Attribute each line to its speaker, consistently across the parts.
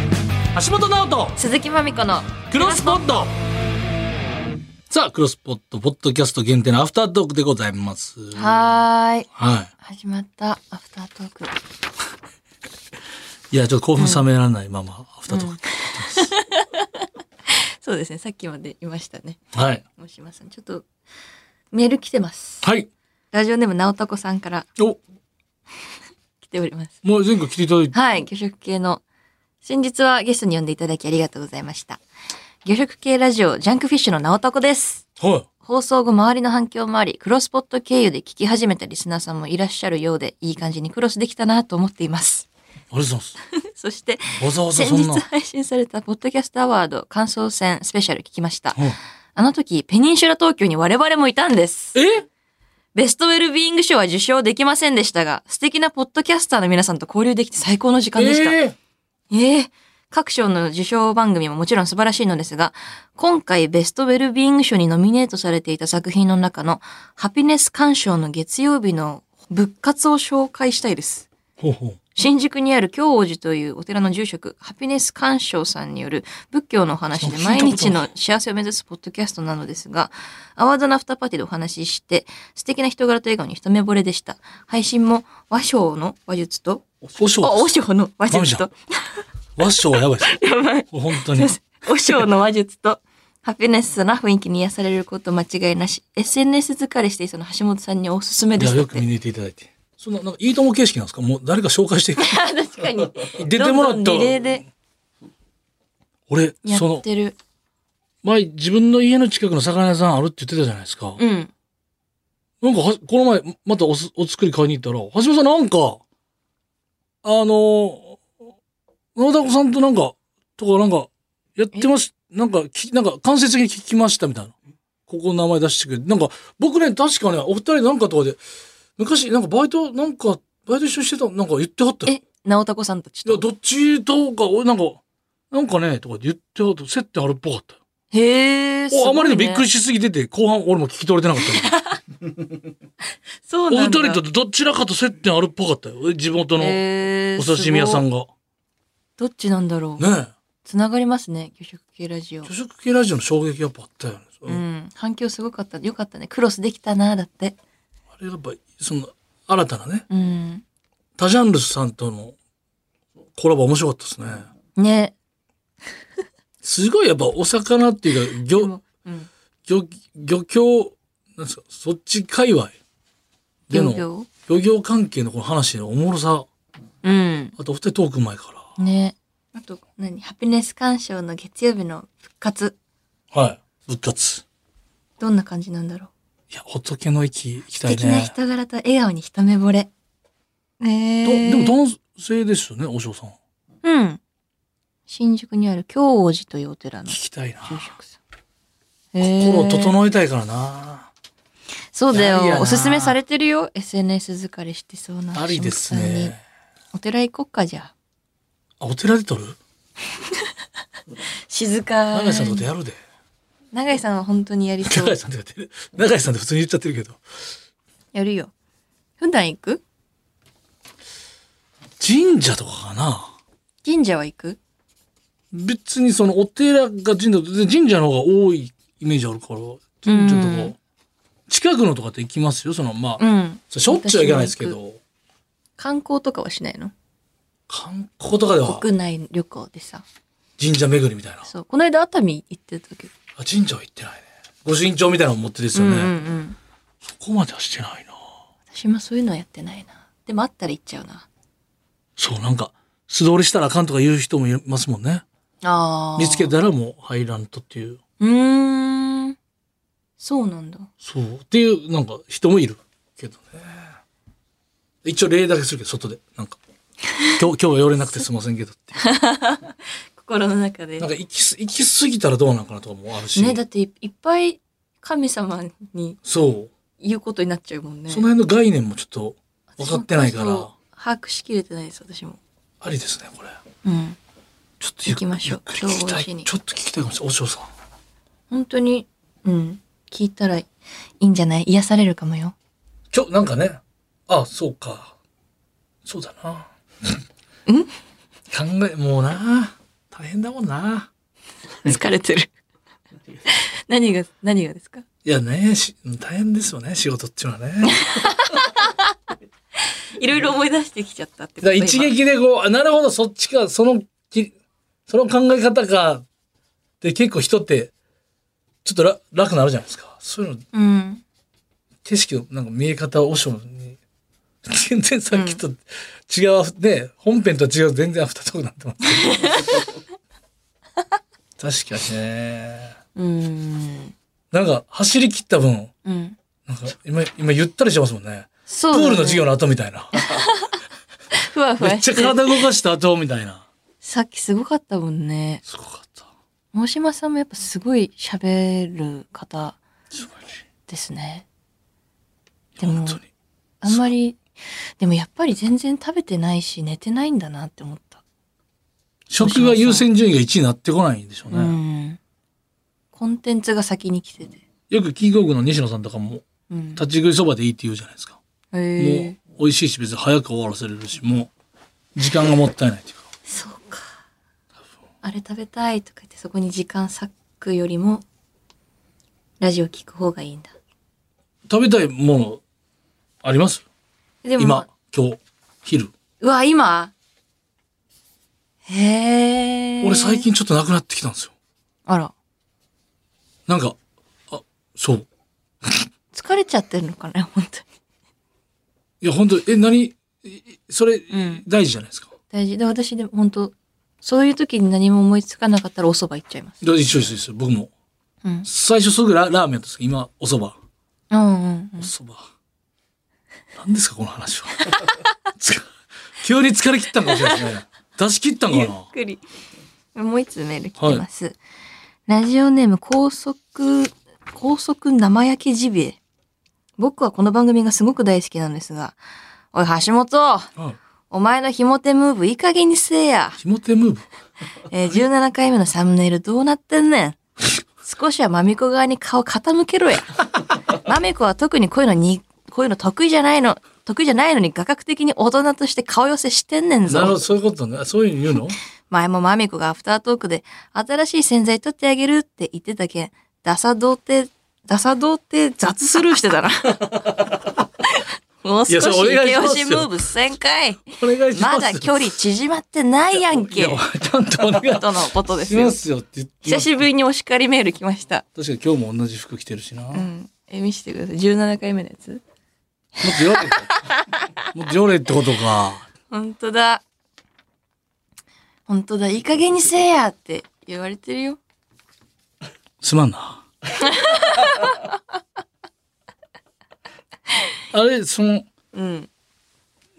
Speaker 1: 橋本直人
Speaker 2: 鈴木まみこの
Speaker 1: クロスポットさあクロスポットポッドキャスト限定のアフタートークでございます
Speaker 2: はーい
Speaker 1: は
Speaker 2: 始まったアフタートーク
Speaker 1: いいやちょっと興奮冷められないままアフタートーク、
Speaker 2: そうですねさっきまでいましたね
Speaker 1: はい
Speaker 2: もしまさんちょっとメール来てます
Speaker 1: はい
Speaker 2: ラジオネームなおたこさんから
Speaker 1: お
Speaker 2: 来ております
Speaker 1: もう前回来ていただいて
Speaker 2: はい魚食系の先日はゲストに呼んでいただきありがとうございました魚食系ラジオジャンクフィッシュのなおたこです
Speaker 1: は
Speaker 2: 放送後周りの反響もあり、クロスポット経由で聞き始めたリスナーさんもいらっしゃるようで、いい感じにクロスできたなと思っています。
Speaker 1: い ありがとうございます
Speaker 2: そして、
Speaker 1: わざわざ
Speaker 2: 先
Speaker 1: そん
Speaker 2: 日
Speaker 1: な
Speaker 2: 配信されたポッドキャストアワード感想戦スペシャル聞きました。
Speaker 1: はい
Speaker 2: あの時、ペニンシュラ東京に我々もいたんです。
Speaker 1: え
Speaker 2: ベストウェルビーイング賞は受賞できませんでしたが、素敵なポッドキャスターの皆さんと交流できて最高の時間でした。
Speaker 1: えー
Speaker 2: ええ各賞の受賞番組ももちろん素晴らしいのですが、今回ベストウェルビーイング賞にノミネートされていた作品の中のハピネス鑑賞の月曜日の仏活を紹介したいです。
Speaker 1: ほうほう
Speaker 2: 新宿にある京王寺というお寺の住職、ハピネス鑑賞さんによる仏教のお話で
Speaker 1: そう聞い
Speaker 2: 毎
Speaker 1: たことあ
Speaker 2: 日
Speaker 1: る
Speaker 2: の幸せを目指すポッドキャストなのですが、アワードのアフターパーティーでお話しして、素敵な人柄と笑顔に一目惚れでした。配信も和尚の話術と、
Speaker 1: おしょ
Speaker 2: あ、
Speaker 1: う
Speaker 2: 和
Speaker 1: です
Speaker 2: 尚の話術と、
Speaker 1: わっしょうはやばいです
Speaker 2: やばい。
Speaker 1: 本当に
Speaker 2: お尚の話術と、ハピネスな雰囲気に癒されること間違いなし。SNS 疲れしていそうな橋本さんにおすすめ
Speaker 1: い
Speaker 2: で
Speaker 1: や
Speaker 2: すだ
Speaker 1: よ
Speaker 2: っ
Speaker 1: く
Speaker 2: て。
Speaker 1: 見抜いていただいてそんななんかいいとも形式なんですかもう誰か紹 介して
Speaker 2: 確かに。
Speaker 1: 出てもら
Speaker 2: ど
Speaker 1: っ
Speaker 2: ん
Speaker 1: た
Speaker 2: どんリレーで
Speaker 1: 俺
Speaker 2: や
Speaker 1: その
Speaker 2: ってる。
Speaker 1: 前自分の家の近くの魚屋さんあるって言ってたじゃないですか、
Speaker 2: うん。
Speaker 1: なんかは、この前、またおす、お作り買いに行ったら、橋本さんなんか、あのー、野田子さんとなんか、とかなんか、やってます、なんか、き、なんか、間接的に聞きましたみたいな。ここの名前出してくれて。なんか、僕ね、確かね、お二人なんかとかで、昔、なんかバイト、なんか、バイト一緒にしてた、なんか言ってはったよ。
Speaker 2: え、直太子さんたち
Speaker 1: いや、
Speaker 2: と。
Speaker 1: どっちとか、おなんか、なんかね、とか言ってはった、接点あるっぽかったよ。
Speaker 2: へえ。すごい
Speaker 1: お
Speaker 2: ね
Speaker 1: あまりにびっくりしすぎてて、後半俺も聞き取れてなかった。
Speaker 2: そう
Speaker 1: お
Speaker 2: な
Speaker 1: 二
Speaker 2: んだ。
Speaker 1: 人とどちらかと接点あるっぽかったよ。地元のお
Speaker 2: へー
Speaker 1: 刺身屋さ
Speaker 2: すごい
Speaker 1: んが。
Speaker 2: どっちなんだろう。
Speaker 1: ね
Speaker 2: つながりますね、魚食系ラジオ
Speaker 1: え。。朝食系ラジオの衝撃やっぱあったよね。
Speaker 2: うん。反響すごかった。よかったね。クロスできたな、だって。
Speaker 1: あれやっぱ、その、新たなね、
Speaker 2: うん。
Speaker 1: 他ジャンルさんとのコラボ面白かったですね。
Speaker 2: ね。
Speaker 1: すごいやっぱお魚っていうか、
Speaker 2: で
Speaker 1: 漁、
Speaker 2: もうん。
Speaker 1: 漁、漁協、なんですか、そっち界隈で
Speaker 2: 漁
Speaker 1: の、
Speaker 2: 業
Speaker 1: 漁業関係のこの話のおもろさ、
Speaker 2: うん。
Speaker 1: あとお二人トーク前から。
Speaker 2: ね。あと、何ハピネス鑑賞の月曜日の復活。
Speaker 1: はい。復活。
Speaker 2: どんな感じなんだろ
Speaker 1: いや、仏の駅行き
Speaker 2: う。
Speaker 1: たい
Speaker 2: 素敵な
Speaker 1: ね。
Speaker 2: 人柄と笑顔に一目惚れ。え
Speaker 1: ど
Speaker 2: え
Speaker 1: でも男性ですよね、お嬢さん。
Speaker 2: うん。新宿にある京王寺というお寺の
Speaker 1: 聞
Speaker 2: 住
Speaker 1: きたいな。
Speaker 2: 職さん。
Speaker 1: 心を
Speaker 2: え。
Speaker 1: 整えたいからな。
Speaker 2: そうだ
Speaker 1: いやいや
Speaker 2: よ。
Speaker 1: な
Speaker 2: おすすめされてるよ。SNS 疲れしてそうな。
Speaker 1: ありです
Speaker 2: 下北さんに
Speaker 1: ね。
Speaker 2: お寺行こっか、じゃあ。
Speaker 1: あ、お寺で撮る
Speaker 2: 静か
Speaker 1: 永井さんと
Speaker 2: に
Speaker 1: か。でやるで。
Speaker 2: 長井さんは本当にやりそ
Speaker 1: 永
Speaker 2: う
Speaker 1: 井。さんとかで、永井さんって普通に言っちゃってるけど。
Speaker 2: やるよ。普段行く
Speaker 1: 神社とかかな
Speaker 2: 神社は行く
Speaker 1: 別にそのお寺が神社と、神社の方が多いイメージあるから、神社
Speaker 2: う
Speaker 1: とか
Speaker 2: ん、
Speaker 1: 近くのとかって行きますよ。その、まあ、
Speaker 2: うん。
Speaker 1: それしょっちゅうは行かないですけど、
Speaker 2: 観光とかはしないの
Speaker 1: 観光とかでは
Speaker 2: 国内旅行でさ
Speaker 1: 神社巡りみたいな。
Speaker 2: そうこの間熱海行ってた時
Speaker 1: あ神社は行ってないね。ご神帳みたいなの持ってですよ
Speaker 2: うんうんう
Speaker 1: ね。
Speaker 2: ん
Speaker 1: そこまではしてないな。
Speaker 2: 私もそういうのはやってないなでもあったら行っちゃうな
Speaker 1: そう、なんか、素通りしたらあかんとか言う人もいますもんね。
Speaker 2: あー
Speaker 1: 見つけたらもう入らんとっていう。
Speaker 2: うーんそうなんだ
Speaker 1: そう。っていう、なんか、人もいるけどね。一応礼だけするけど、外で。なん か、今日、今日は寄れなくてすいませんけどっていう。
Speaker 2: 心の中で
Speaker 1: なんか、行きす、行き過ぎたらどうなんかなとかもあるし。
Speaker 2: ねだっていいっぱい神様に
Speaker 1: そう。
Speaker 2: 言うことになっちゃうもんね
Speaker 1: その辺の概念もちょっと分かってないか
Speaker 2: 私も
Speaker 1: ら、
Speaker 2: そう把握しきれてないです私も
Speaker 1: ありですね、これ。
Speaker 2: うん
Speaker 1: ちょっとゆっ
Speaker 2: 行きましょう
Speaker 1: ゆっくり聞きた
Speaker 2: 今日美味しい
Speaker 1: い。
Speaker 2: に
Speaker 1: ちょっと聞きたいかもしれない。お嬢さん。
Speaker 2: 本当にうん聞いたらいいんじゃない癒されるかもよ
Speaker 1: 今日、なんかね、あ、そうか。そうだな。
Speaker 2: ん
Speaker 1: 考え、もうな。大変だもんな。
Speaker 2: 疲れ てる。何が、何がですか
Speaker 1: いやね、し大変ですよね、仕事っていうのはね。
Speaker 2: いろいろ思い出してきちゃったって
Speaker 1: だから一
Speaker 2: 今
Speaker 1: 撃でこう、あなるほど、そっちか、そのき、その考え方か、で結構人って、ちょっとら楽になるじゃないですか。そういうの、
Speaker 2: うん。
Speaker 1: 景色のなんか見え方を、おしょに、全然さっきと違う、ね、本編とは違う、全然アフタートークになって ますけど。確かにね。
Speaker 2: うん。
Speaker 1: なんか、走り切った分、
Speaker 2: うん。
Speaker 1: なんか今、今ゆったりしてますもんね。
Speaker 2: そ
Speaker 1: プ
Speaker 2: うだ
Speaker 1: ー
Speaker 2: ね、
Speaker 1: ルの授業の後みたい な。
Speaker 2: ふわふ
Speaker 1: め
Speaker 2: わ
Speaker 1: っち
Speaker 2: し
Speaker 1: ゃ
Speaker 2: てる。
Speaker 1: 体動かした後みたいな。
Speaker 2: さっきすごかったもんね。
Speaker 1: すごかった。
Speaker 2: 大島さんもやっぱすごい喋る方
Speaker 1: すごいね。
Speaker 2: ですね。で
Speaker 1: 本
Speaker 2: も
Speaker 1: 当、に。
Speaker 2: あんまり、でもやっぱり全然食べてないし寝てないんだなって思った。
Speaker 1: 食が優先順位が1位になってこないんでしょうね。
Speaker 2: うん。コンテンツが先に来てて。
Speaker 1: よくキーコークの西野さんとかも、
Speaker 2: うん。
Speaker 1: 立ち食いそばでいいって言うじゃないですか。もう
Speaker 2: へえ、
Speaker 1: 美味しいし別に早く終わらせれるし、もう、時間がもったいないっていうか。
Speaker 2: そうか。あれ食べたいとか言ってそこに時間割くよりも、ラジオ聞く方がいいんだ。
Speaker 1: 食べたいもの、あります
Speaker 2: でも、
Speaker 1: 今、今日、昼。
Speaker 2: うわ、今へえ。
Speaker 1: 俺最。近ちょっとなくなってきたんですよ。
Speaker 2: あら、
Speaker 1: なんか、あ、そう。
Speaker 2: 疲れちゃってるのかな本当に。
Speaker 1: いや、本当え、何いそれ、
Speaker 2: ん
Speaker 1: 大事じゃないですか。
Speaker 2: 大事。で、私でも本当そういう時に何も思いつかなかったらお蕎麦行っちゃいます。
Speaker 1: だから一緒です一緒です僕も。
Speaker 2: うん。
Speaker 1: 最初すぐララーメンやったんですけど、今、お蕎麦。
Speaker 2: うんうんうん
Speaker 1: お。そば。何ですか、この話は。 つか急に疲れ切ったんかもしれないですね。出し切ったんかな。
Speaker 2: ゆっくり。もう一つメール来てます。ラジオネーム高速、高速生焼きジビエ。僕はこの番組がすごく大好きなんですが、おい、橋本
Speaker 1: うん。
Speaker 2: お前のひも手ムーブいい加減にせえや。
Speaker 1: ひも手ムーブ。
Speaker 2: えー17回目のサムネイルどうなってんねん。少しはマミコ側に顔傾け ろや。マミコは特にこういうのに、こういうの得意じゃないの、得意じゃないのに画角的に大人として顔寄せしてんね んぞ。
Speaker 1: なるほど、そういうことね。あそういうの言うの
Speaker 2: 前もマミコがアフタートークで新しい洗剤取ってあげるって言ってたけん、ダサ童貞、ダサ童貞雑スルーして たな。もう
Speaker 1: い
Speaker 2: 少
Speaker 1: や
Speaker 2: し
Speaker 1: そ
Speaker 2: イ
Speaker 1: れお願いし
Speaker 2: ケオ
Speaker 1: ます
Speaker 2: シ
Speaker 1: よ
Speaker 2: ムーブせんかい。
Speaker 1: お願いします。
Speaker 2: まだ距離縮まってないやん
Speaker 1: い
Speaker 2: け
Speaker 1: や。、ちゃんとお願
Speaker 2: とのこと
Speaker 1: い
Speaker 2: です
Speaker 1: し
Speaker 2: よ
Speaker 1: ま。すよって言って。
Speaker 2: 久しぶりにお叱りメール来ました。
Speaker 1: 確かに今日も同じ服着てるしな。
Speaker 2: う
Speaker 1: もっ
Speaker 2: ん。え、見してください。17回目のやつ
Speaker 1: とよれ。もっとよれってことか。
Speaker 2: ほんとだ。ほんとだ。いい加減にせえやって言われてるよ。
Speaker 1: すまん な。あれ、その、
Speaker 2: うん。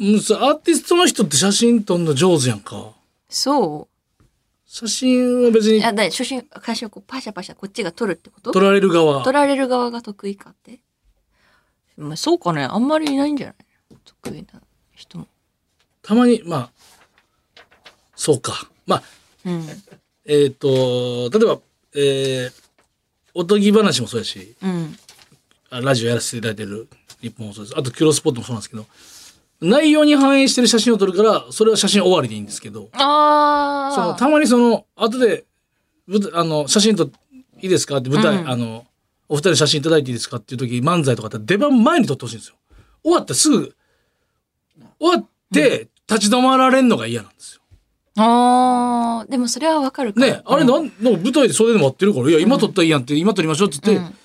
Speaker 1: うんそうアーティストの人って写真撮るの上手やんか。
Speaker 2: そう
Speaker 1: 写真は別に
Speaker 2: あ、だい、初心、会社をこうパシャパシャこっちが撮るってこと
Speaker 1: 撮られる側。
Speaker 2: 撮られる側が得意かって。まあ、そうかね。あんまりいないんじゃない得意な人も。
Speaker 1: たまに、まあ、そうか。まあ、
Speaker 2: うん。
Speaker 1: えっ、と、例えば、えー、おとぎ話もそうやし、
Speaker 2: うん。
Speaker 1: あラジオやらせていただいてる日本もそうです。あと、キュロスポットもそうなんですけど、内容に反映してる写真を撮るから、それは写真終わりでいいんですけど、
Speaker 2: ああ。
Speaker 1: そのたまにその、後で、舞台あの、写真撮いいですかって舞台、
Speaker 2: うん
Speaker 1: あの、お二人写真いただいていいですかっていう時、漫才とかだって出番前に撮ってほしいんですよ。終わってすぐ、終わって、立ち止まられんのが嫌なんですよ。
Speaker 2: ああ。でもそれはわかるか
Speaker 1: ねあれ
Speaker 2: うん
Speaker 1: なん、なんか舞台で袖でもやってるから、いや、今撮ったらいいやんって、今撮りましょうって言って、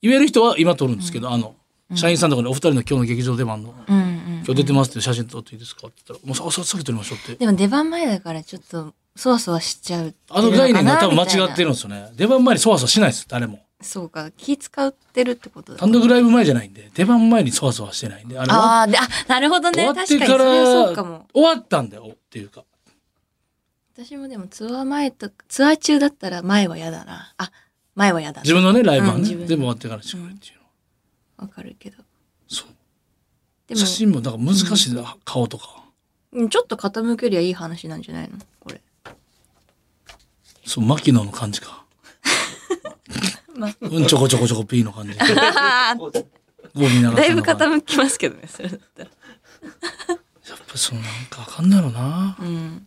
Speaker 1: 言える人は今撮るんですけど、あの、社員さんとかにお二人の今日の劇場出番の、
Speaker 2: うんうん。
Speaker 1: 今日出てますっていう写真撮っていいですかって言ったら、もうさ、さっき撮りましょうって。
Speaker 2: でも出番前だからちょっと、そわそわしちゃうっていう
Speaker 1: あの概念が多分間
Speaker 2: かな
Speaker 1: 違って。るんですよね。出番前にそわそわしないです、誰も。
Speaker 2: みたいなそうか、気使ってるってことだ。
Speaker 1: 単独ライブ前じゃないんで、出番前にそわそわしてないんで、あれは
Speaker 2: ああ、で、あ、なるほど
Speaker 1: 終
Speaker 2: ね。
Speaker 1: わ
Speaker 2: 確か
Speaker 1: っ
Speaker 2: に
Speaker 1: て
Speaker 2: それ
Speaker 1: か
Speaker 2: は
Speaker 1: ら、
Speaker 2: そうかも。
Speaker 1: 終わったんだよっていうか。
Speaker 2: 私もでもツアー前とか、ツアー中だったら前は嫌だな。あ、前は嫌だな
Speaker 1: 自。分のね、ライブは
Speaker 2: う
Speaker 1: ね、
Speaker 2: ん自分
Speaker 1: 全
Speaker 2: の
Speaker 1: 部終わってからにしてくれっていうのは。
Speaker 2: わかるけど。
Speaker 1: そう。
Speaker 2: でも
Speaker 1: 写、真も、だから難しいな、顔とか。
Speaker 2: うんちょっと傾けりゃいい話なんじゃないのこれ。
Speaker 1: そう、牧野の感じか。
Speaker 2: まあ、
Speaker 1: うん、ちょこちょこちょこピーの感 じ。ゴミ流しながら
Speaker 2: だいぶ傾きますけどね、それだったら。
Speaker 1: やっぱそうなんかあかんだろうな。
Speaker 2: うん。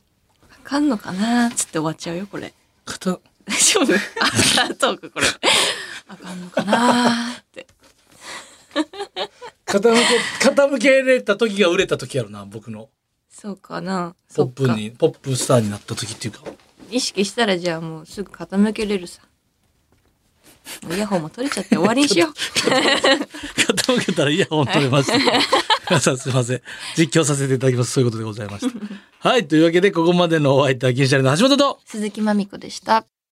Speaker 2: わかんのかなつって終わっちゃうよ、これ。
Speaker 1: 片、
Speaker 2: 大丈 夫アフタートーク、これ。あかんのかなって。
Speaker 1: 傾け、傾けれた時が売れた時やろな、僕の。
Speaker 2: そうかな
Speaker 1: ポ
Speaker 2: そ
Speaker 1: ッ
Speaker 2: っ
Speaker 1: プ
Speaker 2: か。
Speaker 1: に、ポップスターになった時っていうか。
Speaker 2: 意識したらじゃあもうすぐ傾けれるさ。もうイヤホンも取れちゃって終わり にしよう。
Speaker 1: 傾けたらイヤホン取れま した。皆さんすいません。実況させていただきます。そういうことでございました。はい。というわけで、ここまでのお相手は銀シャリの橋本と、
Speaker 2: 鈴木まみこでした。